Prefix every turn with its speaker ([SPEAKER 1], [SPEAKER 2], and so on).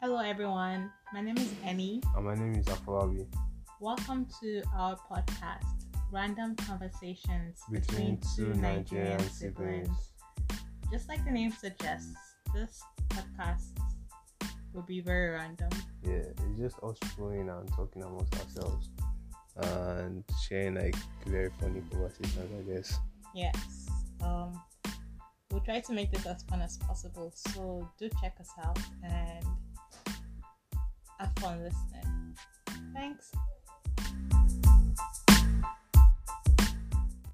[SPEAKER 1] Hello, everyone. My name is Emmy.
[SPEAKER 2] And my name is Afolabi.
[SPEAKER 1] Welcome to our podcast, Random Conversations
[SPEAKER 2] Between two Nigerian siblings.
[SPEAKER 1] Just like the name suggests, this podcast will be very random.
[SPEAKER 2] Yeah, it's just us going and talking amongst ourselves and sharing like very funny conversations, I guess.
[SPEAKER 1] Yes. Um, we'll try to make this as fun as possible, so do check us out and have fun listening. Thanks.